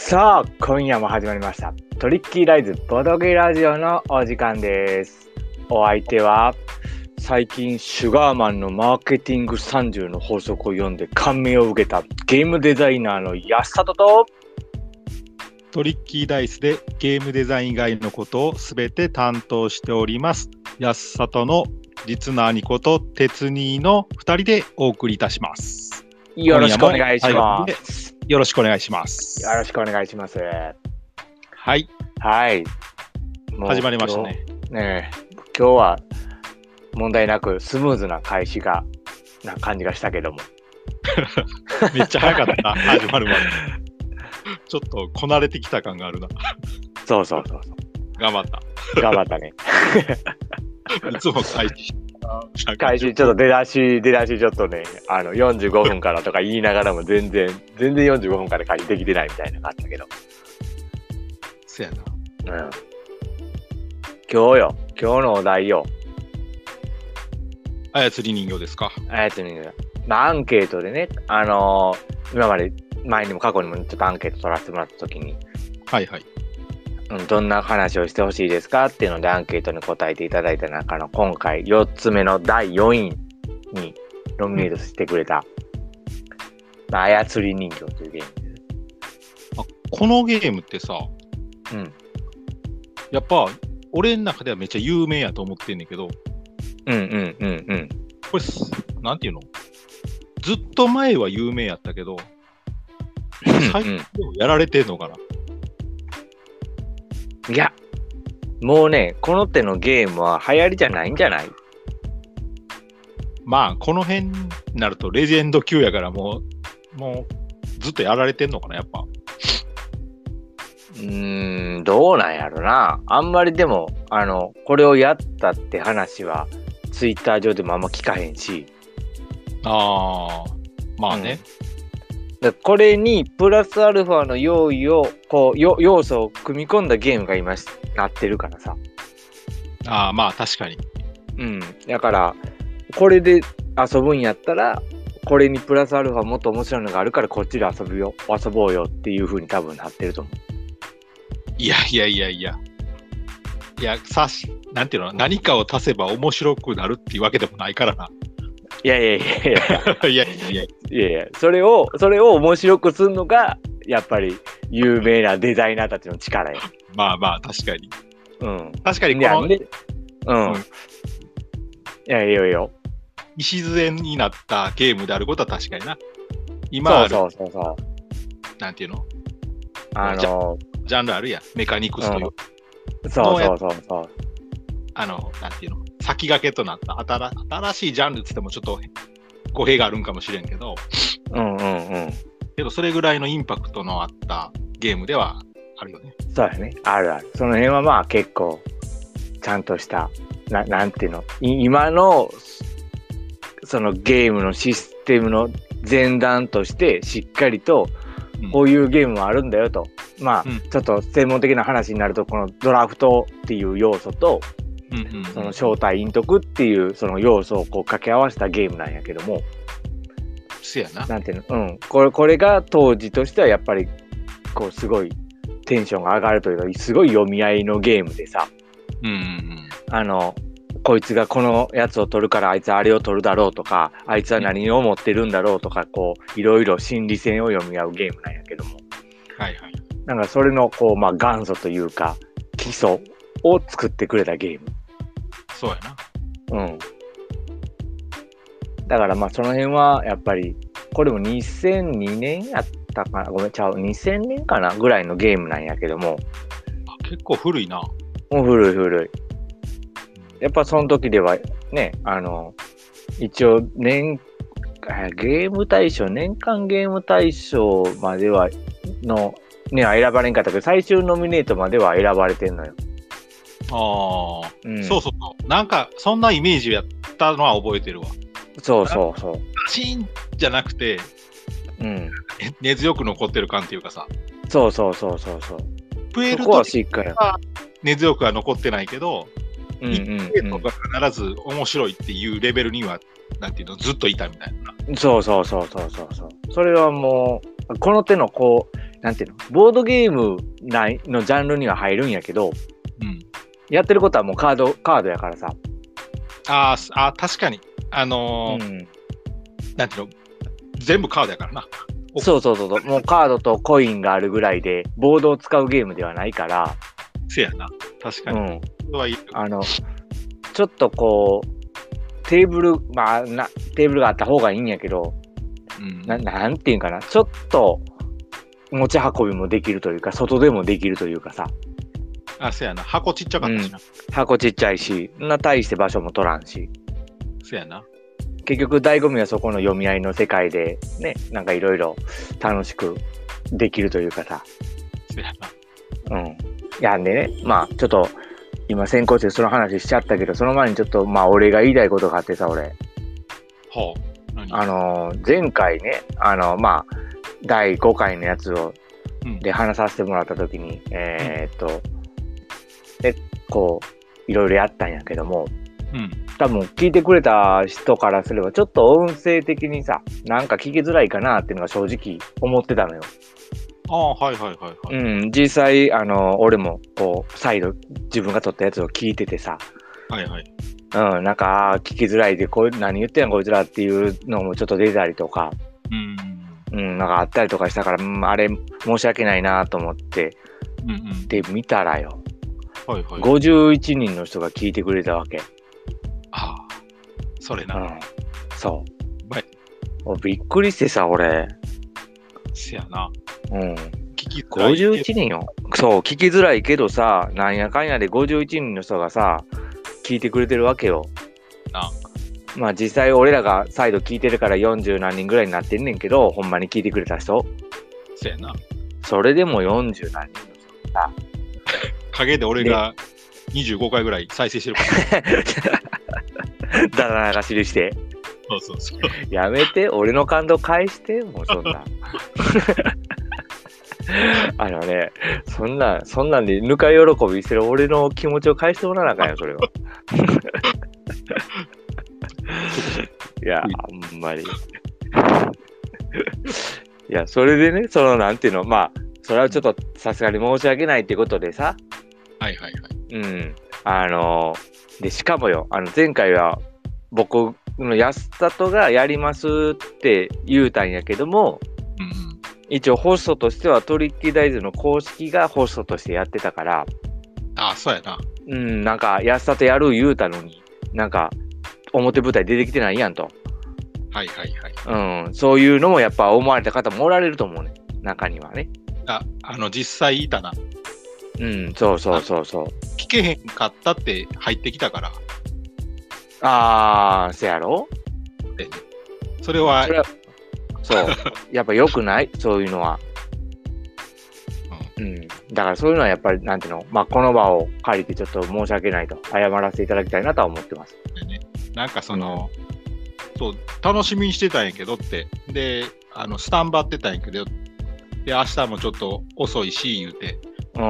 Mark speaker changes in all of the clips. Speaker 1: さあ、今夜も始まりました。トリッキーライズボドゲラジオのお時間です。お相手は、最近シュガーマンのマーケティング30の法則を読んで感銘を受けたゲームデザイナーの安里と、
Speaker 2: トリッキーダイスでゲームデザイン以外のことをすべて担当しております。安里の実の兄こと鉄兄の2人でお送りいたします。
Speaker 1: よろしくお願いします。
Speaker 2: よろしくお願いします。
Speaker 1: よろしくお願いします。
Speaker 2: はい、
Speaker 1: はい。もう
Speaker 2: 始まりましたね。
Speaker 1: ねえ今日は問題なくスムーズな開始がな感じがしたけども
Speaker 2: めっちゃ早かった な、始まるまで。ちょっとこなれてきた感があるな。
Speaker 1: そうそうそうそ
Speaker 2: 頑張った。
Speaker 1: う頑張ったね
Speaker 2: いつも開始。
Speaker 1: 開始ちょっと出だし出だしちょっとねあの45分からとか言いながらも全然全然45分から開始できてないみたいなのがあったけど、
Speaker 2: せやな。
Speaker 1: うん、今日よ今日のお題よ
Speaker 2: 操り人形ですか。
Speaker 1: あやつに、まあ、アンケートでねあのー今まで前にも過去にもちょっとアンケート取らせてもらった時に
Speaker 2: はいはい。
Speaker 1: うんどんな話をしてほしいですかっていうのでアンケートに答えていただいた中の今回4つ目の第4位にノミネートしてくれた「まあ操り人形」というゲームです。
Speaker 2: このゲームってさ、
Speaker 1: うん
Speaker 2: やっぱ俺の中ではめっちゃ有名やと思ってんねんけど、
Speaker 1: うんうんうんうん。
Speaker 2: これす、なんていうのずっと前は有名やったけど、最近でもやられてんのかな、
Speaker 1: いやもうねこの手のゲームは流行りじゃないんじゃない
Speaker 2: まあ、この辺になるとレジェンド級やからもう、もうずっとやられてんのかなやっぱ。
Speaker 1: うーんどうなんやろなあんまりでもあのこれをやったって話はツイッター上でもあんま聞かへんし。
Speaker 2: ああ、まあね。
Speaker 1: だからこれにプラスアルファの用意をこうよ要素を組み込んだゲームが今なってるからさ
Speaker 2: ああ、まあ確かに。
Speaker 1: うんだからこれで遊ぶんやったらこれにプラスアルファもっと面白いのがあるからこっちで遊ぶよ遊ぼうよっていう風に多分なってると思
Speaker 2: いやいやいやいや。いや、さし、なんていうの何かを足せば面白くなるっていうわけでもないか らな。
Speaker 1: ういやいやいやいや
Speaker 2: いやいやいや。
Speaker 1: いやいやそれをそれを面白くするのがやっぱり有名なデザイナーたちの力や
Speaker 2: まあまあ、確かに。
Speaker 1: うん
Speaker 2: 確かに、
Speaker 1: い
Speaker 2: こ
Speaker 1: や
Speaker 2: の
Speaker 1: でうん、
Speaker 2: うん
Speaker 1: いやいいよいいよ
Speaker 2: 礎になったゲームであることは確かにな。今ある、
Speaker 1: そうそうそうそう
Speaker 2: なんていうの
Speaker 1: あ
Speaker 2: じゃ
Speaker 1: の
Speaker 2: ジャンルあるやん。メカニクスという、
Speaker 1: うんそうそうそうそう
Speaker 2: あの、なんていうの先駆けとなった新新しいジャンルっつってもちょっと語弊があるんかもしれんけど、
Speaker 1: うんうんうん。
Speaker 2: けどそれぐらいのインパクトのあったゲームではあるよね。
Speaker 1: そうだね。あるある。その辺はまあ結構、ちゃんとした、ななんていうの、い今の、そのゲームのシステムの前段として、しっかりと
Speaker 2: うん、
Speaker 1: こういうゲームもあるんだよと。まあ、
Speaker 2: うん
Speaker 1: ちょっと専門的な話になると、このドラフトっていう要素と、
Speaker 2: うんうんうん
Speaker 1: その招待陰徳っていうその要素をこう掛け合わせたゲームなんやけども、
Speaker 2: せやな。
Speaker 1: なんていうの、うん、これこれが当時としてはやっぱりこうすごいテンションが上がるというかすごい読み合いのゲームでさ
Speaker 2: うんうん
Speaker 1: あのこいつがこのやつを取るからあいつはあれを取るだろうとかあいつは何を持ってるんだろうとかこういろいろ心理戦を読み合うゲームなんやけども
Speaker 2: うん。はいはい。
Speaker 1: なんかそれのこう、まあ、元祖というか基礎を作ってくれたゲーム。
Speaker 2: そうやな。
Speaker 1: うん。だからまあその辺はやっぱり、これも2002年やったかな、ごめん、ちゃう、2000年かなぐらいのゲームなんやけども、
Speaker 2: あ結構古いな。
Speaker 1: もう古い古い。やっぱその時ではね、あの、一応年、あゲーム大賞、年間ゲーム大賞までは、の、ね、選ばれんかったけど、最終ノミネートまでは選ばれてんのよ。
Speaker 2: ああ、
Speaker 1: うん、
Speaker 2: そうそうそう。なんか、そんなイメージやったのは覚えてるわ。
Speaker 1: そうそうそ
Speaker 2: パシーンじゃなくて、
Speaker 1: う。うん。
Speaker 2: え根強く残ってる感っていうかさ、
Speaker 1: そうそうそうそうそう。
Speaker 2: プエ
Speaker 1: そ
Speaker 2: ル
Speaker 1: こ
Speaker 2: ト
Speaker 1: は
Speaker 2: リコ
Speaker 1: しっかり。
Speaker 2: 根強くは残ってないけど、
Speaker 1: うんうん
Speaker 2: プエ
Speaker 1: う
Speaker 2: ル
Speaker 1: ん
Speaker 2: ト、が必ず面白いっていうレベルには、なんていうの、ずっといたみたいな。
Speaker 1: そうそうそうそうそうそう。それはもう、この手のこう、なんていうの、ボードゲーム内のジャンルには入るんやけど、
Speaker 2: うん。
Speaker 1: やってることはもうカード、カードやからさ。
Speaker 2: あーすあー、確かに。あのー
Speaker 1: ん。
Speaker 2: なんていうの全部カードやからな。お
Speaker 1: そうそうそうそう。もうカードとコインがあるぐらいで、ボードを使うゲームではないから、
Speaker 2: せやな。確か
Speaker 1: う
Speaker 2: に。
Speaker 1: ん。
Speaker 2: とはいえ
Speaker 1: あの、ちょっとこう、テーブル、まあな、テーブルがあった方がいいんやけど、
Speaker 2: うん
Speaker 1: ななんていうんかな、ちょっと持ち運びもできるというか、外でもできるというかさ、
Speaker 2: あ、せやな。箱ちっちゃかったしな。
Speaker 1: 箱ちっちゃいし、そんな大して場所も取らんし、
Speaker 2: せやな。
Speaker 1: 結局醍醐味はそこの読み合いの世界で、ね、なんかいろいろ楽しくできるというかさ、
Speaker 2: せやな。
Speaker 1: うん。いやんでね、まあちょっと、今先行してその話しちゃったけど、その前にちょっと、まあ俺が言いたいことがあってさ、俺。
Speaker 2: ほう。何
Speaker 1: あのー前回ね、あのーまあ、第5回のやつを、
Speaker 2: うん
Speaker 1: で話させてもらった時に、えーっと、で、こう、いろいろやったんやけども、
Speaker 2: うん。
Speaker 1: 多分聞いてくれた人からすれば、ちょっと音声的にさ、なんか聞きづらいかなっていうのが正直思ってたのよ。
Speaker 2: ああ、はいはいはいは
Speaker 1: う
Speaker 2: い。
Speaker 1: ん、実際、あのー俺も、こう、再度自分が撮ったやつを聞いててさ、
Speaker 2: はいはい。
Speaker 1: うん、なんか、あー聞きづらいで、こういう、何言ってんのこいつらっていうのもちょっと出たりとか、
Speaker 2: うん。
Speaker 1: うん、なんかあったりとかしたから、うんあれ、申し訳ないなと思って、
Speaker 2: うんうん。
Speaker 1: で、見たらよ、
Speaker 2: はいはい。
Speaker 1: 51人の人が聞いてくれたわけ。
Speaker 2: ああ。それ
Speaker 1: う
Speaker 2: な。
Speaker 1: ん。そう
Speaker 2: はい。
Speaker 1: おびっくりしてさ、俺。
Speaker 2: せやな。
Speaker 1: うん。
Speaker 2: 聞きづらいけど
Speaker 1: 51人よ。そう、聞きづらいけどさ、なんやかんやで51人の人がさ、聞いてくれてるわけよ。
Speaker 2: な
Speaker 1: まあ実際俺らが再度聞いてるから40何人ぐらいになってんねんけど、ほんまに聞いてくれた人。
Speaker 2: せやな。
Speaker 1: それでも40何人 の人
Speaker 2: 陰で俺が25回ぐらい再生してるから。
Speaker 1: だら流しにして。
Speaker 2: そうそうそう。
Speaker 1: やめて、俺の感動返して、もうそん な。あのね、そんな、そんなんで、ぬか喜びしてる俺の気持ちを返してもらわなあかんよ、それ は。いや、あんまり。いや、それでね、その、なんていうの、まあ、それはちょっとさすがに申し訳ないってことでさ、
Speaker 2: はいはいはい。
Speaker 1: うん。あので、しかもよ、あの、前回は、僕の安里がやりますって言うたんやけども、
Speaker 2: うんうん。
Speaker 1: 一応ホストとしてはトリッキーダイズの公式がホストとしてやってたから、
Speaker 2: ああ、そうやな。
Speaker 1: うん、なんか安里やる言うたのに、なんか表舞台出てきてないやんと。
Speaker 2: はいはいはい。
Speaker 1: うん、そういうのもやっぱ思われた方もおられると思うね。中にはね。
Speaker 2: あ、あの、実際いたな。
Speaker 1: うん、そうそうそうそう。
Speaker 2: 聞けへんかったって入ってきたから。
Speaker 1: あー、せやろ
Speaker 2: それは
Speaker 1: そ、れは そう。やっぱ良くないそういうのは。うん。だからそういうのはやっぱり、なんていうのまあ、この場を借りてちょっと申し訳ないと、謝らせていただきたいなとは思ってます。
Speaker 2: ね、なんかその、そう、楽しみにしてたんやけどって。で、あの、スタンバってたんやけど、で、明日もちょっと遅いし、言うて、
Speaker 1: うん。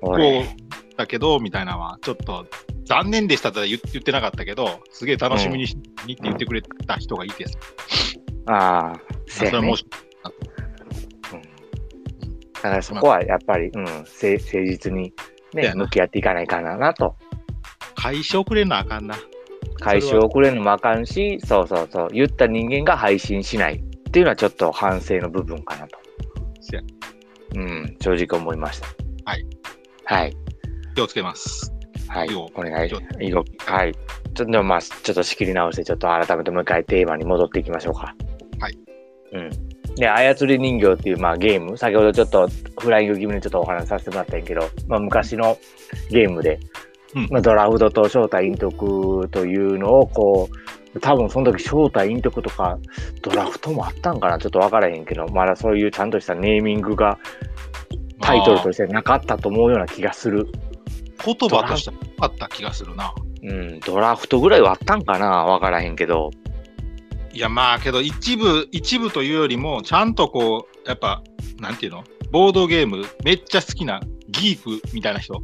Speaker 2: こ
Speaker 1: 俺
Speaker 2: う、だけど、みたいなのは、ちょっと、残念でしたとは言っ言ってなかったけど、すげえ楽しみにしにって言ってくれた人がいてさ、
Speaker 1: ああ、
Speaker 2: そ
Speaker 1: せ
Speaker 2: れ
Speaker 1: や
Speaker 2: は
Speaker 1: ね
Speaker 2: 申し
Speaker 1: だからそこはやっぱり、うん、せ誠実に、
Speaker 2: せ
Speaker 1: ね
Speaker 2: や、な
Speaker 1: 向き合っていかないかななと。
Speaker 2: 解消くれなあかんな。
Speaker 1: 回収遅れるのもあかんし、そうそうそう、言った人間が配信しないっていうのはちょっと反省の部分かなと。
Speaker 2: せや
Speaker 1: うん、正直思いました。
Speaker 2: はい。
Speaker 1: はい。
Speaker 2: 気をつけます。
Speaker 1: はいい。
Speaker 2: い
Speaker 1: お
Speaker 2: よ
Speaker 1: 願い
Speaker 2: ちょ。
Speaker 1: いいよはい。ちょっと、でもまあ、ちょっと仕切り直して、ちょっと改めてもう一回テーマに戻っていきましょうか。
Speaker 2: はい。
Speaker 1: うん。で、操り人形っていう、まあ、ゲーム、先ほどちょっとフライング気味にちょっとお話しさせてもらったんやけど、まあ、昔のゲームで、
Speaker 2: うん
Speaker 1: まあ、ドラフトと正体陰徳というのを、こう、多分その時正体陰徳とかドラフトもあったんかなちょっとわからへんけど、まだそういうちゃんとしたネーミングがタイトルと
Speaker 2: あ
Speaker 1: してなかったと思うような気がする。
Speaker 2: ー言葉としてあった気がするな。
Speaker 1: うん、ドラフトぐらいはあったんかなわからへんけど。
Speaker 2: いやまあけど一部一部というよりもちゃんとこうやっぱなんていうのボードゲームめっちゃ好きなギークみたいな人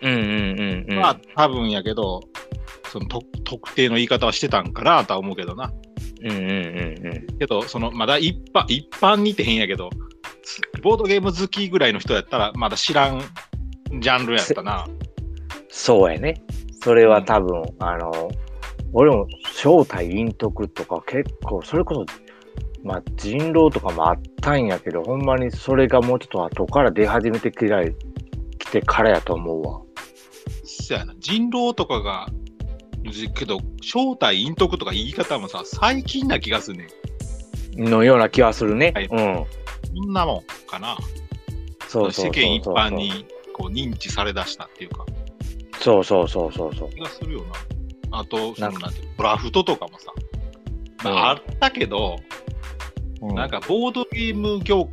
Speaker 1: うんうんうんうん。
Speaker 2: は多分やけど、そのと特定の言い方はしてたんかなとは思うけどな
Speaker 1: うんうんうんうん。
Speaker 2: けどそのまだ一般一般にって変やけどすボードゲーム好きぐらいの人やったら、まだ知らんジャンルやったな。
Speaker 1: そうやね。それは多分、あの、俺も正体陰徳とか結構、それこそ、まあ人狼とかもあったんやけど、ほんまにそれがもうちょっと後から出始めてきらい、来てからやと思うわ。
Speaker 2: そやな。人狼とかが、じけど、正体陰徳とか言い方もさ、最近な気がするねん。
Speaker 1: のような気はするね。
Speaker 2: はい
Speaker 1: うん。
Speaker 2: こんなもんかな。
Speaker 1: そうそうそうそう。
Speaker 2: 世間一般。にこう認知されだしたっていうか、
Speaker 1: そうそうそうそうそう。
Speaker 2: 気がするよな。あと、そ
Speaker 1: な
Speaker 2: のなんていうのドラフトとかもさ、まあ、あったけど、
Speaker 1: うん
Speaker 2: なんかボードゲーム業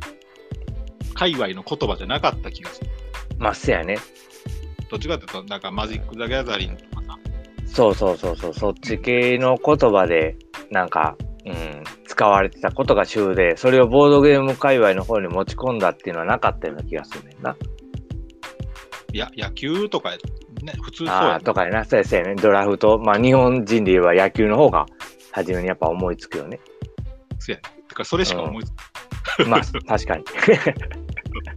Speaker 2: 界隈の言葉じゃなかった気がする。
Speaker 1: まあ、せやね。
Speaker 2: どっちかっていうと、なんかマジック・ザ・ギャザリングとかさ、
Speaker 1: そうそうそうそう。そっち系の言葉で、なんか、うん、使われてたことが主で、それをボードゲーム界隈の方に持ち込んだっていうのはなかったような気がするねんな。
Speaker 2: いや野球とかや、ね、普通そう
Speaker 1: あ
Speaker 2: や
Speaker 1: あ、
Speaker 2: ね
Speaker 1: とかやな。そうやそうやね。ドラフト。まあ、日本人で言えば野球の方が、初めにやっぱ思いつくよ ね。
Speaker 2: そうやねてか、それしか思いつか
Speaker 1: まあ、確かに。
Speaker 2: ない、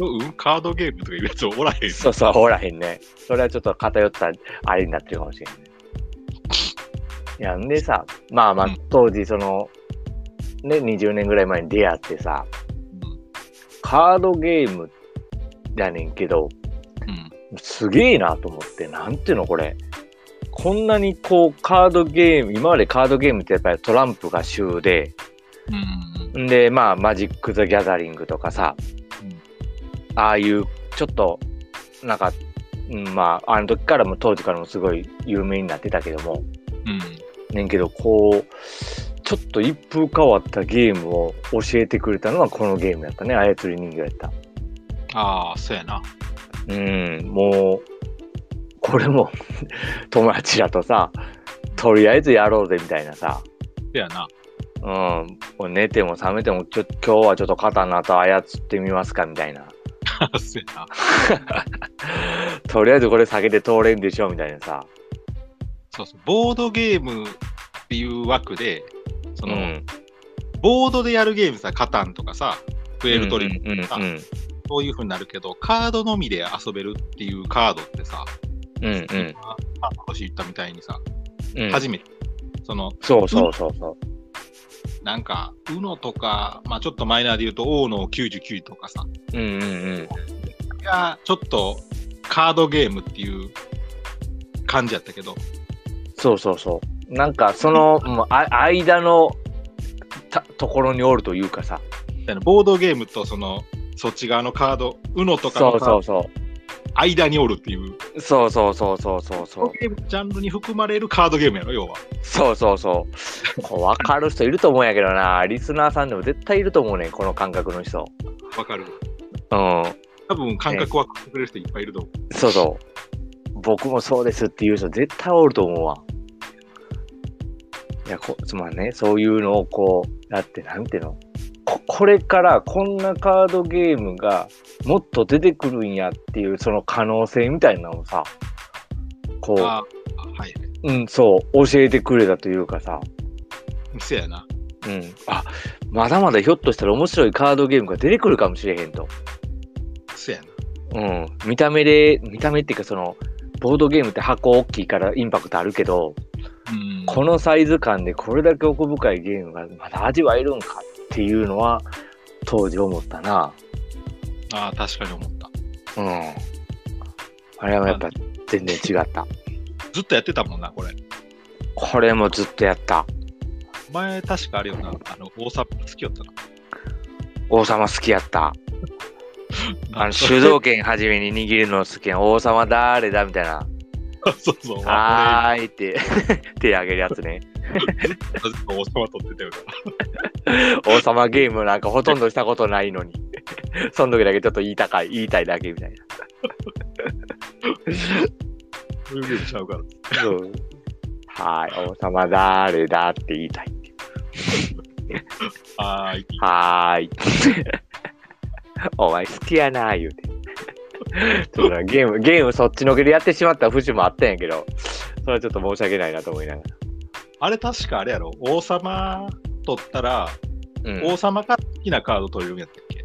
Speaker 2: うんカードゲームとかいうやつおらへん。
Speaker 1: そうそう、おらへんね。それはちょっと偏ったあれになってるかもしれない。いや、んでさ、まあま
Speaker 2: う
Speaker 1: あ
Speaker 2: ん、
Speaker 1: 当時、その、ね、20年ぐらい前に出会ってさ、
Speaker 2: うん
Speaker 1: カードゲームやねんけど、
Speaker 2: うん
Speaker 1: すげえなと思って、なんていうのこれ。こんなにこう、カードゲーム、今までカードゲームってやっぱりトランプが主で、
Speaker 2: うん
Speaker 1: んで、まあ、マジック・ザ・ギャザリングとかさ、
Speaker 2: うん
Speaker 1: ああいう、ちょっと、なんか、うんまあ、あの時からも当時からもすごい有名になってたけども、
Speaker 2: うん
Speaker 1: ねんけど、こう、ちょっと一風変わったゲームを教えてくれたのはこのゲームやったね。操り人形やった。
Speaker 2: ああ、そうやな。
Speaker 1: うん、もう、これも、 友達らとさ、とりあえずやろうぜみたいなさ、
Speaker 2: そうやな。
Speaker 1: うん、もう寝ても覚めても、ちょ、今日はちょっと刀と操ってみますかみたいな。
Speaker 2: そうやな。
Speaker 1: とりあえずこれ酒で通れんでしょみたいなさ。
Speaker 2: そうそう。ボードゲームっていう枠で、その、
Speaker 1: うん
Speaker 2: ボードでやるゲームさ、カタンとかさ、プエルトリコ、
Speaker 1: うんうん
Speaker 2: そういう風になるけど、カードのみで遊べるっていうカードってさ、
Speaker 1: うんうんうん
Speaker 2: 今、星言ったみたいにさ、
Speaker 1: うん
Speaker 2: 初めて、その、
Speaker 1: そうそうそうそう。
Speaker 2: なんか、UNO とか、まあちょっとマイナーで言うと、王の99とかさ、
Speaker 1: うんうん
Speaker 2: がちょっとカードゲームっていう感じやったけど、
Speaker 1: そうそうそう。なんかその、もうあ間のたところにおるというかさ。
Speaker 2: みたいなボードゲームとその、そっち側のカード、UNO とか
Speaker 1: そうそ
Speaker 2: の
Speaker 1: うそ
Speaker 2: 間におるっていう、
Speaker 1: う。そうそうそうそうそうそう。
Speaker 2: ボードゲームジャンルに含まれるカードゲームやろ、要は。
Speaker 1: そうそうそう。こう分かる人いると思うんやけどな。リスナーさんでも絶対いると思うねん、この感覚の人。
Speaker 2: わかる。
Speaker 1: うん。
Speaker 2: 多分感覚はくれる人いっぱいいると思う。
Speaker 1: そうそう。僕もそうですっていう人絶対おると思うわ。いや、こつまりね、そういうのをこう、だってなんていうのここれからこんなカードゲームがもっと出てくるんやっていうその可能性みたいなのをさ、こ
Speaker 2: ああはい。
Speaker 1: う、うん、そう、教えてくれたというかさ、
Speaker 2: せやな。
Speaker 1: うん、あ、まだまだひょっとしたら面白いカードゲームが出てくるかもしれへんと。
Speaker 2: せやな。
Speaker 1: うん、見た目で、見た目っていうかその、ボードゲームって箱大きいからインパクトあるけど、
Speaker 2: うん
Speaker 1: このサイズ感でこれだけ奥深いゲームがまだ味わえるんかっていうのは当時思ったな。
Speaker 2: ああ、確かに思った。
Speaker 1: うん。あれはやっぱ全然違った。
Speaker 2: ずっとやってたもんな、これ。
Speaker 1: これもずっとやった。
Speaker 2: 前、確かあれよな。あの、大阪好きよったな。
Speaker 1: 王様好きやった。あの、主導権はじめに握るの好きやん。王様誰だみたいな。
Speaker 2: そうそう。あ。
Speaker 1: はーいって、 手あげるやつね。
Speaker 2: 俺ずっと王様取ってたよな。
Speaker 1: 王様ゲームなんかほとんどしたことないのに。 その時だけちょっと言いたかい、言いたいだけみたいな。
Speaker 2: そういうゲームちゃうから。
Speaker 1: そう。はーい、王様誰だって言いたい。
Speaker 2: はーい。
Speaker 1: はーい。 お前好きやな、言うて。 ちょっとなゲーム、ゲームそっちのけでやってしまった節もあったんやけど、それはちょっと申し訳ないなと思いなが
Speaker 2: あれ、確かあれやろ。王様取ったら、
Speaker 1: ら。うん
Speaker 2: 王様が好きなカード取れるんやったっけ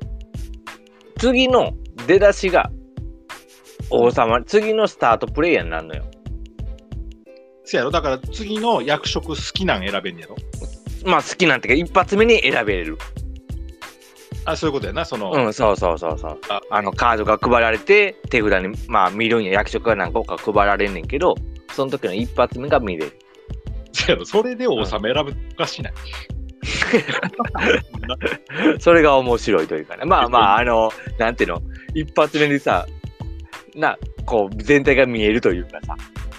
Speaker 1: 次の出だしが王様、次のスタートプレイヤーになるのよ。
Speaker 2: せやろだから次の役職好きなん選べんねやろ
Speaker 1: まあ好きなんていうか、一発目に選べれる。
Speaker 2: あそういうことやなその、
Speaker 1: うん、そうそうそうそう。
Speaker 2: あ
Speaker 1: あのカードが配られて、手札に、まあ見るんや、役職が何個か配られんねんけど、その時の一発目が見れる。
Speaker 2: せやろそれで王様選ぶっておかしない、
Speaker 1: それが面白いというかね。まあまあ、あの、なんていうの、一発目にさ、な、こう、全体が見えるというかさ。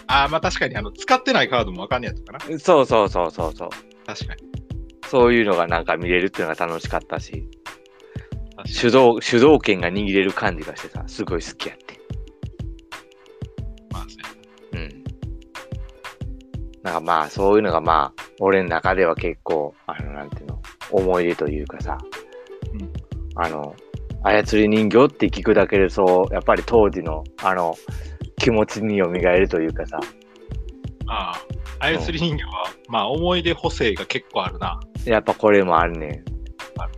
Speaker 2: ああまあ確かにあの使ってないカードもわかんねやとかな
Speaker 1: そうそうそうそうそう。
Speaker 2: 確かに
Speaker 1: そういうのがなんか見れるっていうのが楽しかったし、
Speaker 2: 確かに
Speaker 1: 主導、主導権が握れる感じがしてさ、すごい好きやって。
Speaker 2: まあせや
Speaker 1: うん。なんかまあ、そういうのがまあ、俺の中では結構、あの、なんていうの、思い出というかさ、
Speaker 2: うん
Speaker 1: あの、操り人形って聞くだけでそう、やっぱり当時の、あの、気持ちに蘇るというかさ、
Speaker 2: ああ操り人形はまあ思い出補正が結構あるな
Speaker 1: やっぱこれもあるね
Speaker 2: ある。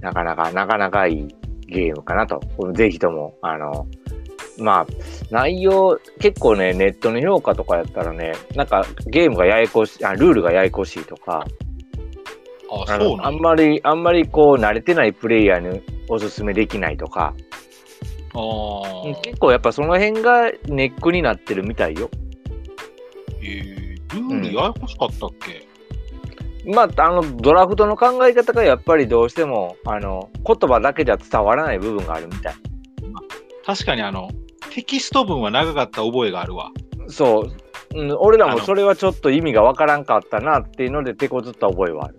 Speaker 1: なかなか、なかなかいいゲームかなと。ぜひとも、あの、まあ、内容、結構ね、ネットの評価とかやったらね、なんかゲームがややこしい、あルールがややこしいとか、
Speaker 2: あ
Speaker 1: あ
Speaker 2: あ
Speaker 1: の
Speaker 2: そうな
Speaker 1: あ
Speaker 2: ん
Speaker 1: ん
Speaker 2: だ
Speaker 1: まり、あんまりこう、慣れてないプレイヤーにおすすめできないとか、
Speaker 2: あー
Speaker 1: 結構やっぱその辺がネックになってるみたいよ。
Speaker 2: えー、ルールややこしかったっけ、
Speaker 1: まあ、あのドラフトの考え方がやっぱりどうしてもあの言葉だけじゃ伝わらない部分があるみたい
Speaker 2: 確かにあのテキスト文は長かった覚えがあるわ
Speaker 1: そう、うん、俺ら
Speaker 2: あ
Speaker 1: も
Speaker 2: の
Speaker 1: それはちょっと意味がわからんかったなっていうので手こずった覚えはある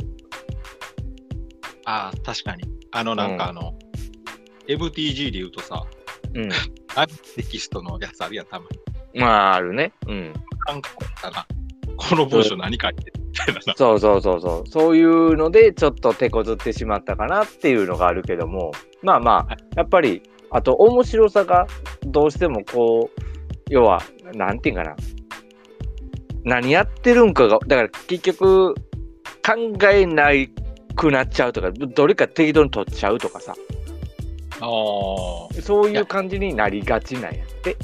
Speaker 2: ああ確かにあのなんかあの、MTG で言うとさ
Speaker 1: う
Speaker 2: あるテキストのやつあるやんたまに
Speaker 1: んまああるねうん
Speaker 2: 韓国だなこの文章何書いてるみたいなな
Speaker 1: そうそうそうそうそういうのでちょっと手こずってしまったかなっていうのがあるけどもまあまあやっぱりあと面白さがどうしてもこう要はなんていうんかな何やってるんかがだから結局考えないくなっちゃうとかどれか適当に取っちゃうとかさ
Speaker 2: あー
Speaker 1: そういう感じになりがちなんやって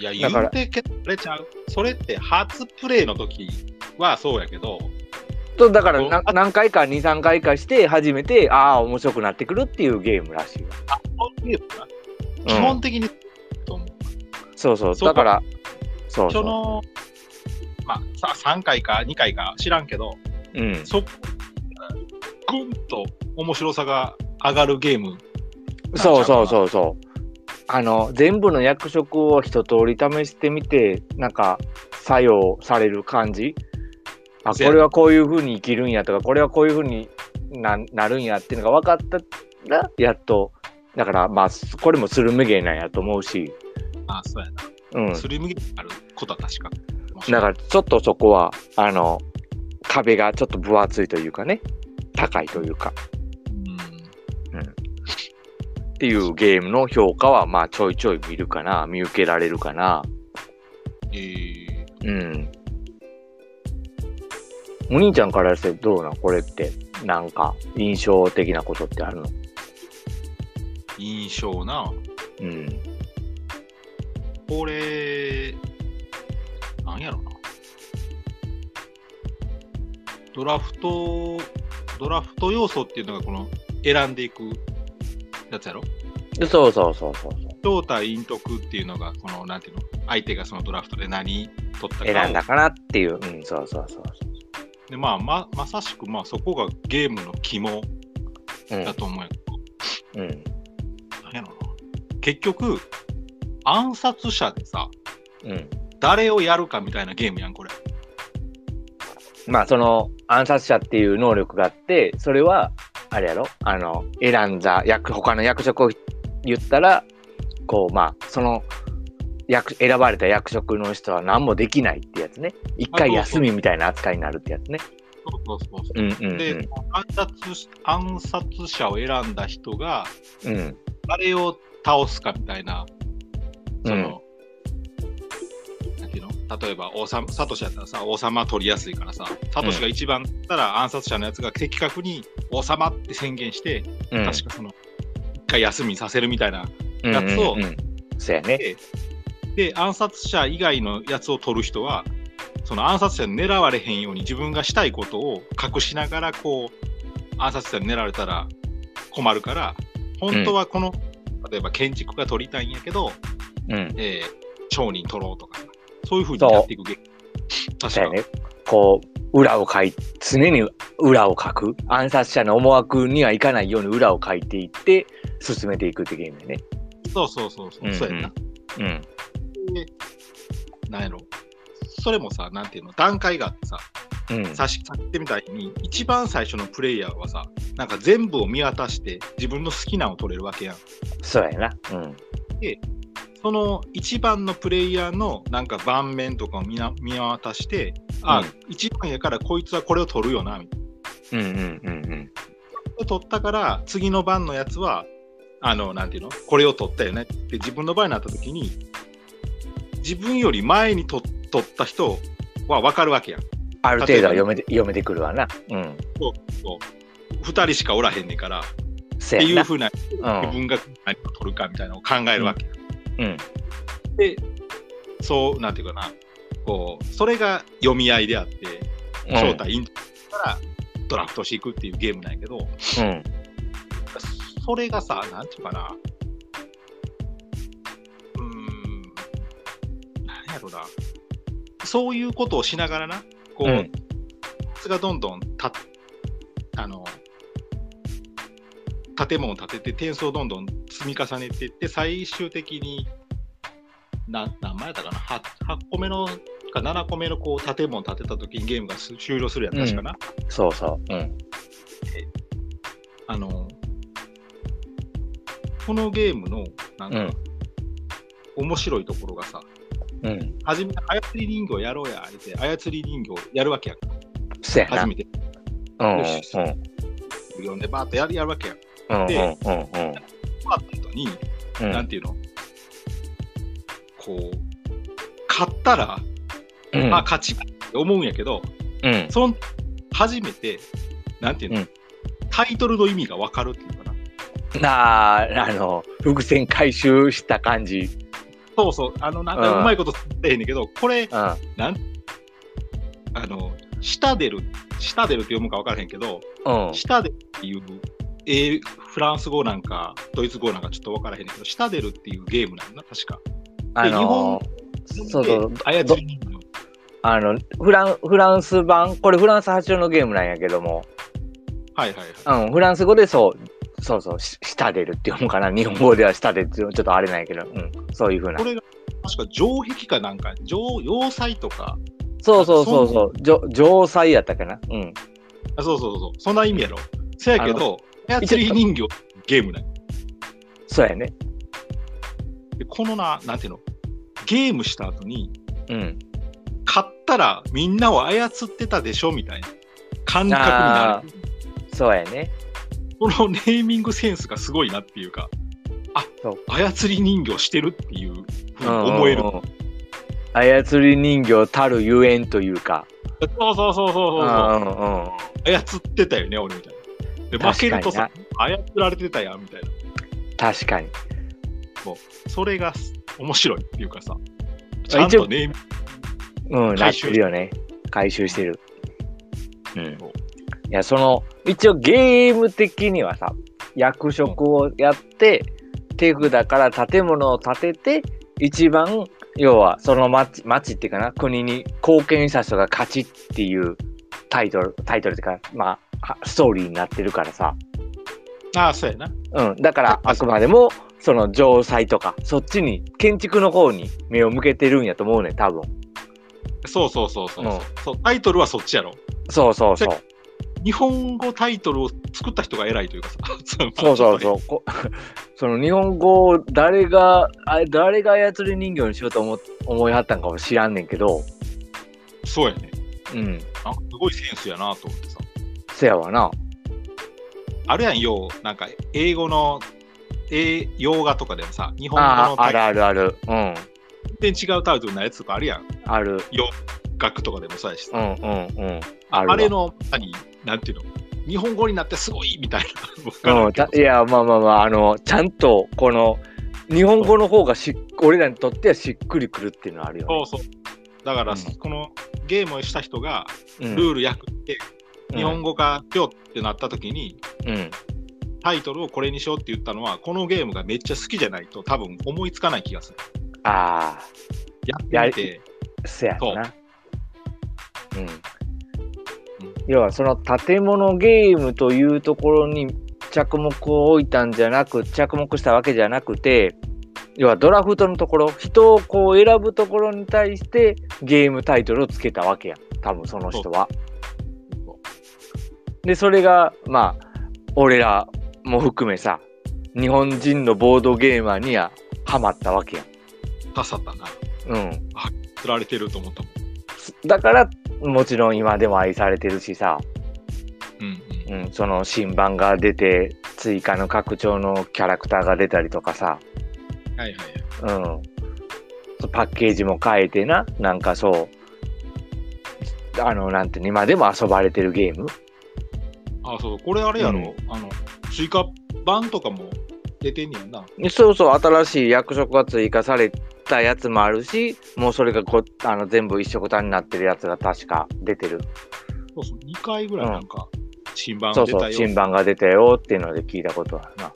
Speaker 2: いや、
Speaker 1: だか
Speaker 2: 言
Speaker 1: ら
Speaker 2: うてけど、それちゃう。それって初プレイの時はそうやけど、
Speaker 1: とだから
Speaker 2: お
Speaker 1: な何回か23回かして初めてああ面白くなってくるっていうゲームらしいわ、うん
Speaker 2: 基本的に、と思う
Speaker 1: そうそう、
Speaker 2: そこ
Speaker 1: だから、そうそ
Speaker 2: その、まあ、さ3回か2回か知らんけど、
Speaker 1: う。うん、
Speaker 2: そこ、ぐんと面白さが上がるゲーム。
Speaker 1: そうそうそうそう。あの、全部の役職を一通り試してみて、なんか、作用される感じ。あ、こ
Speaker 2: そうや
Speaker 1: れはこういう風に生きるんやとか、これはこういう風にななるんやっていうのが分かったら、やっと、だから、まあ、これもスルメ芸なんやと思うし、
Speaker 2: あそうや
Speaker 1: うん
Speaker 2: な。。スリムゲームあることは確か。
Speaker 1: だから、ちょっとそこは、あの、壁がちょっと分厚いというかね、高いというか。
Speaker 2: うん
Speaker 1: っていうゲームの評価は、まあ、ちょいちょい見るかな、見受けられるかな。
Speaker 2: えー
Speaker 1: うん。お兄ちゃんからしてどうなんこれって、なんか、印象的なことってあるの
Speaker 2: 印象な。
Speaker 1: うん。
Speaker 2: これ、なんやろな。ドラフト、ドラフト要素っていうのがこの選んでいくやつやろ
Speaker 1: そうそうそうそうそう。
Speaker 2: 招待陰徳っていうのがこのなんていうの相手がそのドラフトで何取ったかを
Speaker 1: 選んだかなっていう。うん、そうそうそう
Speaker 2: で、まあ、ままさしくまあそこがゲームの肝
Speaker 1: そう。
Speaker 2: だと思うよ、
Speaker 1: うん。うん。
Speaker 2: なんやろな結局暗殺者でさ
Speaker 1: うん。
Speaker 2: 誰をやるかみたいなゲームやんこれ
Speaker 1: まあ、その、暗殺者っていう能力があって、それは、あれやろあの、選んだ役、他の役職を言ったら、こう、まあ、その、役、選ばれた役職の人は何もできないってやつね。一回休みみたいな扱いになるってやつね。
Speaker 2: そうそうそうそう
Speaker 1: うんうん
Speaker 2: で、暗殺し暗殺者を選んだ人が
Speaker 1: うん。うん。
Speaker 2: 誰を倒すかみたいな、その、なんていうの例えば王様、サトシやったらさ、王様取りやすいからさ、サトシが一番だったら暗殺者のやつが的確に王様って宣言して、
Speaker 1: うん
Speaker 2: 確かその、一回休みにさせるみたいな。やつを
Speaker 1: うんうんうんそうやね。
Speaker 2: で、暗殺者以外のやつを取る人は、その暗殺者に狙われへんように自分がしたいことを隠しながら、こう、暗殺者に狙われたら困るから、本当はこの、例えば建築が取りたいんやけど、
Speaker 1: うん。
Speaker 2: えー商人取ろうとか、そういうふうにやっていくゲーム。確
Speaker 1: そうや
Speaker 2: か
Speaker 1: ね。こう、裏を書い、常に裏を書く。暗殺者の思惑にはいかないように裏を書いていって、進めていくってゲームやね。
Speaker 2: そうそうそうそ
Speaker 1: うん
Speaker 2: う、
Speaker 1: うん
Speaker 2: そうやんな。
Speaker 1: うん。
Speaker 2: なんやろ。それもさ、なんていうの、段階があってさ、
Speaker 1: うん。
Speaker 2: さしさってみたいに、一番最初のプレイヤーはさ、なんか全部を見渡して、自分の好きなのを取れるわけやん。
Speaker 1: そうやな。うん。
Speaker 2: その一番のプレイヤーのなんか盤面とかを見な見渡して、あ、
Speaker 1: うん
Speaker 2: 一番やからこいつはこれを取るよな、みたい
Speaker 1: うんうんうんうん。
Speaker 2: な。で取ったから、次の番のやつは、あの、なんていうの、これを取ったよねって自分の場合になった時に、自分より前に取取った人は分かるわけやん。
Speaker 1: ある程度は読めて、読めてくるわな。うん。
Speaker 2: 2人しかおらへんねんから、っ
Speaker 1: そう
Speaker 2: て
Speaker 1: や
Speaker 2: い
Speaker 1: な。
Speaker 2: うふうな自
Speaker 1: うん。
Speaker 2: 分が何を取るかみたいなのを考えるわけ。
Speaker 1: うん。
Speaker 2: で、そう、なんていうかな、こう、それが読み合いであって、正体インからドラフトしていくっていうゲームなんやけど、
Speaker 1: うん。
Speaker 2: それがさ、なんていうかな、うーん、なんやろな、そういうことをしながらな、こう、
Speaker 1: うん
Speaker 2: 質がどんどんた、あの、建物を建てて、点数をどんどん積み重ねていって、最終的に、な何枚やったかな 8, 個目のか7個目のこう建物を建てた時にゲームがす終了するやん、確かな。
Speaker 1: そうそう。うん。
Speaker 2: あの、このゲームの、なんか、面白いところがさ、
Speaker 1: うん。
Speaker 2: 初めて操り人形やろうや、って、操り人形やるわけやんか。
Speaker 1: そうやな。
Speaker 2: 初めて、
Speaker 1: うんうん
Speaker 2: よし呼んで、バーっとやるやるわけやん。
Speaker 1: うん。
Speaker 2: で
Speaker 1: うんうん
Speaker 2: 終わった後に、
Speaker 1: うん。う
Speaker 2: なんんていうの、こう、勝ったら、
Speaker 1: うん。
Speaker 2: あ、勝ちって思うんやけど、
Speaker 1: うん。
Speaker 2: その、初めて、なんていうの、
Speaker 1: うん
Speaker 2: タイトルの意味がわかるっていうかな。
Speaker 1: なあ、あの、伏線回収した感じ。
Speaker 2: そうそう、あの、なん
Speaker 1: う
Speaker 2: か
Speaker 1: ん
Speaker 2: うまいこと作ってへんねんけど、これ、
Speaker 1: うん。
Speaker 2: あの、下出る、下出るって読むか分からへんけど、
Speaker 1: うん。
Speaker 2: 下出るっていう、英フランス語なんか、ドイツ語なんかちょっと分からへんけど、下出るっていうゲームなんだな、確か。
Speaker 1: あの
Speaker 2: で
Speaker 1: そうそう。
Speaker 2: 操り人形
Speaker 1: あの、フラン、フランス版、これフランス発祥のゲームなんやけども、
Speaker 2: はいはいはい。
Speaker 1: うん、フランス語でそう、そうそう、し舌出るって読むかな。日本語では舌出るってちょっとあれなんやけど、うん、そういうふうな
Speaker 2: こ。れが、確か城壁かなんか、城、要塞とか、
Speaker 1: そうそうそうそう、じょ城塞やったかな。うん。
Speaker 2: あそうそうそう、そんな意味やろ。せやけど、操り人形ゲームなんや
Speaker 1: そうやね。
Speaker 2: でこのな、なんていうの、ゲームした後に、
Speaker 1: うん。
Speaker 2: 勝ったらみんなを操ってたでしょみたいな感覚になる。
Speaker 1: そうやね。
Speaker 2: このネーミングセンスがすごいなっていうか、あ
Speaker 1: そう
Speaker 2: 操り人形してるっていうふうに思える
Speaker 1: うん。うんうん操り人形たるゆえんというか。
Speaker 2: そうそうそうそ
Speaker 1: うんう
Speaker 2: うそう操
Speaker 1: んうん。
Speaker 2: ってたよね、俺みたいな。で負けるとさ、操られてたやんみたいな。
Speaker 1: 確かに。
Speaker 2: それが面白いっていうかさ、ちゃんとネーミング
Speaker 1: うん、なっ
Speaker 2: 回収
Speaker 1: てるよね。回収してる。うん。い
Speaker 2: そう
Speaker 1: や、その、一応ゲーム的にはさ、役職をやって、手札から建物を建てて、一番、要はその町、町っていうかな、国に貢献した人が勝ちっていうタイトル、タイトルっていうか、まあ、ストーリーになってるからさ。
Speaker 2: ああ、そうやな。
Speaker 1: うん。だから、あくまでも、その城塞とか、そっちに、建築の方に目を向けてるんやと思うねん、多分。
Speaker 2: そうそうそうそう,、
Speaker 1: うん
Speaker 2: そう。タイトルはそっちやろ。
Speaker 1: そうそうそう。
Speaker 2: 日本語タイトルを作った人が偉いというかさ、
Speaker 1: そうそう
Speaker 2: う。
Speaker 1: そう。こ その日本語を誰が、あれ誰が操り人形にしようと思思いはったんかも知らんねんけど、
Speaker 2: そうやね。
Speaker 1: うん。
Speaker 2: なんかすごいセンスやなと思ってさ。
Speaker 1: せやわな。
Speaker 2: あるやん、よう、なんか、英語の、英、洋画とかでもさ、日本語
Speaker 1: あ
Speaker 2: の
Speaker 1: あ、ある
Speaker 2: タイ
Speaker 1: あるある。うん。
Speaker 2: 全然違うタイトルのやつとかあるやん。
Speaker 1: ある。
Speaker 2: 楽とかでもそうやし
Speaker 1: う
Speaker 2: さ。
Speaker 1: んうんうん。あるわ
Speaker 2: あれの、何、なんていうの、日本語になってすごいみたいな。わから
Speaker 1: うんん、
Speaker 2: けど
Speaker 1: たいやまあまあまああのちゃんとこの日本語の方がしっ俺らにとってはしっくりくるっていうのはあるよね。
Speaker 2: そうそう。だから、
Speaker 1: うん
Speaker 2: このゲームをした人が
Speaker 1: う
Speaker 2: ル
Speaker 1: ん
Speaker 2: ール訳って、日本語がぴょってなった時に、
Speaker 1: うん
Speaker 2: タイトルをこれにしようって言ったのは、このゲームがめっちゃ好きじゃないと多分思いつかない気がする。
Speaker 1: ああ
Speaker 2: やってみて、
Speaker 1: せやろな。うん
Speaker 2: ん
Speaker 1: 要はその建物ゲームというところに着目を置いたんじゃなく着目したわけじゃなくて要はドラフトのところ人をこう選ぶところに対してゲームタイトルをつけたわけやん多分その人は。でそれがまあ俺らも含めさ日本人のボードゲーマーにはハマったわけやん。
Speaker 2: 刺さったな。
Speaker 1: うん、
Speaker 2: 釣られてると思ったもん。
Speaker 1: だからもちろん今でも愛されてるしさ、
Speaker 2: うんうん。
Speaker 1: うん、その新版が出て追加の拡張のキャラクターが出たりとかさ、
Speaker 2: はいはいはい。
Speaker 1: うん、そうパッケージも変えてななんかそうあのなんていうの今でも遊ばれてるゲーム
Speaker 2: あ、そう、これあれやろ、あの、追加版とかも出てんねやな。
Speaker 1: そうそう新しい役職が追加されたやつもあるしもうそれがこあの全部一色単になってるやつが確か出てる
Speaker 2: そうそう、2回ぐらいなんか、新版
Speaker 1: そ
Speaker 2: が
Speaker 1: う
Speaker 2: 出
Speaker 1: そ
Speaker 2: た
Speaker 1: う
Speaker 2: よ。
Speaker 1: 新版が出たよっていうので聞いたことあるな、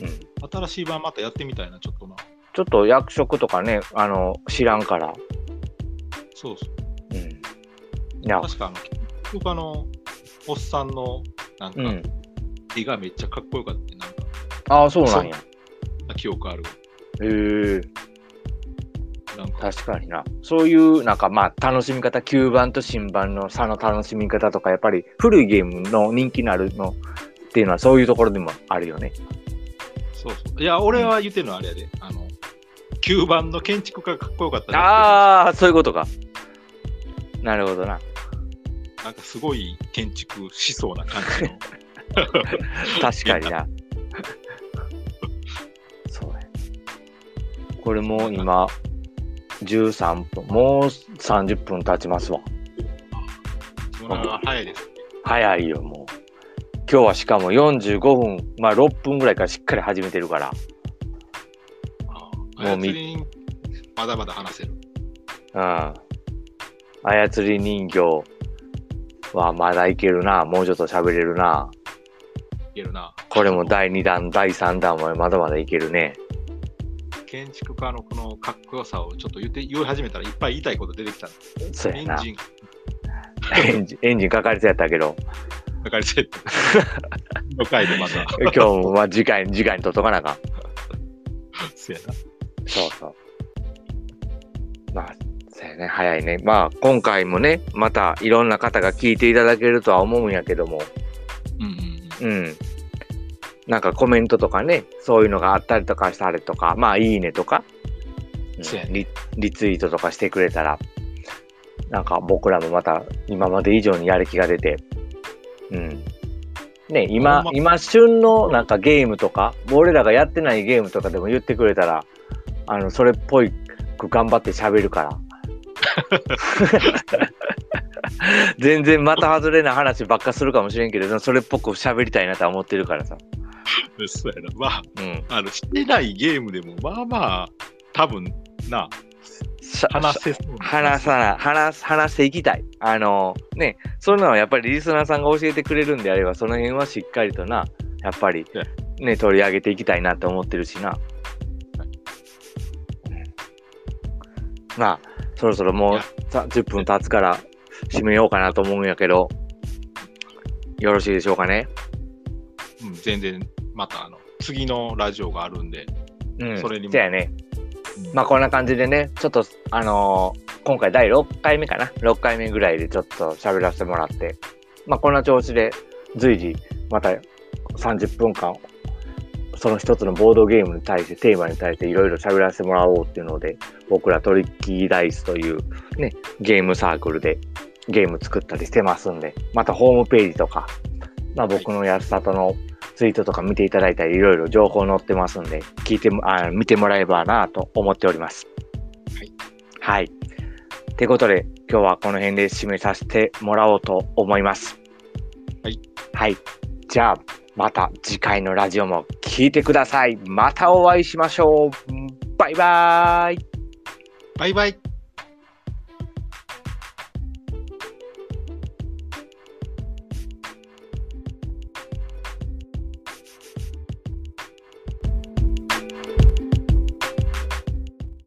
Speaker 1: うん、
Speaker 2: 新しい版またやってみたいな、ちょっとな。
Speaker 1: ちょっと役職とかねあの知らんから、
Speaker 2: そうそ
Speaker 1: う
Speaker 2: う。
Speaker 1: ん、いや
Speaker 2: 確かあの、結局あの、おっさんの、なんか
Speaker 1: う、ん
Speaker 2: 絵がめっちゃかっこよかった、なんか、
Speaker 1: ああそうなんや
Speaker 2: 記憶ある。
Speaker 1: へえ
Speaker 2: なんか、
Speaker 1: 確かになそういうなんかまあ楽しみ方旧版と新版の差の楽しみ方とかやっぱり古いゲームの人気のあるのっていうのはそういうところでもあるよね
Speaker 2: そうそう。いや、俺は言ってるのはあれやで、あの、9番の建築家がかっこよかったね
Speaker 1: ああそういうことかなるほどな
Speaker 2: なんかすごい建築しそうな感じ の。
Speaker 1: 確かになそうやこれもう今13分もう30分経ちますわ
Speaker 2: あ早いです。
Speaker 1: 早いよもう今日はしかも45分まあ6分ぐらいからしっかり始めてるから
Speaker 2: あ
Speaker 1: もうみ
Speaker 2: 操り人まだまだ話せる。
Speaker 1: うん操り人形はまだいけるなもうちょっと喋れるない
Speaker 2: けるな。
Speaker 1: これも第2弾第3弾はまだまだいけるね
Speaker 2: 建築家のこのかっこよさをちょっと言って言い始めたらいっぱい言いたいこと出てきた。
Speaker 1: そう
Speaker 2: エ
Speaker 1: や
Speaker 2: ン
Speaker 1: な
Speaker 2: ジン
Speaker 1: エンジンエンジンかかりそうやったけど
Speaker 2: かか りそうやった。の回でまた。
Speaker 1: 今日もまあ次回次回にとっとかなあかん
Speaker 2: そうやな。
Speaker 1: そうそう。まあ、そうやね、早いね。まあ、今回もね、またいろんな方が聞いていただけるとは思うんやけども、
Speaker 2: うんうんうん。
Speaker 1: うん。なんかコメントとかね、そういうのがあったりとかしたりとか、まあ、いいねとか、うん
Speaker 2: そうやね
Speaker 1: リリツイートとかしてくれたら、なんか僕らもまた今まで以上にやる気が出て、うん。ね、今、
Speaker 2: ほんま
Speaker 1: 今旬のなんかゲームとか、俺らがやってないゲームとかでも言ってくれたら、あの、それっぽいく頑張って喋る から。全然また外れない話ばっかするかもしれんけど、それっぽく喋りたいなとは思ってるからさ。
Speaker 2: そうやな。まあ、
Speaker 1: うん。
Speaker 2: あの、してないゲームでも、まあまあ、多分な、
Speaker 1: しゃ
Speaker 2: 話せそうな。
Speaker 1: 話さな話す話していきたいあのねそういうのはやっぱりリスナーさんが教えてくれるんであればその辺はしっかりとなやっぱり
Speaker 2: え
Speaker 1: ね取り上げていきたいなと思ってるしな、まあそろそろも
Speaker 2: いうや
Speaker 1: さ10分経つから締めようかなと思うんやけどよろしいでしょうかね
Speaker 2: うん、全然、またあの、次のラジオがあるんで、
Speaker 1: うん
Speaker 2: それにも
Speaker 1: じゃあねまあこんな感じでね、ちょっと、あのー今回第6回目かな、6回目ぐらいでちょっと喋らせてもらって、まあこんな調子で随時また30分間、その一つのボードゲームに対して、テーマに対していろいろ喋らせてもらおうっていうので、僕らトリッキーダイスというね、ゲームサークルでゲーム作ったりしてますんで、またホームページとか、まあ僕の安里のツイートとか見ていただいたり、いろいろ情報載ってますんで、聞いても、あ見てもらえばなと思っております。
Speaker 2: はい。
Speaker 1: はい。ってことで、今日はこの辺で締めさせてもらおうと思います。
Speaker 2: はい。
Speaker 1: はい。じゃあ、また次回のラジオも聞いてください。またお会いしましょう。バイバーイ。
Speaker 2: バイバイ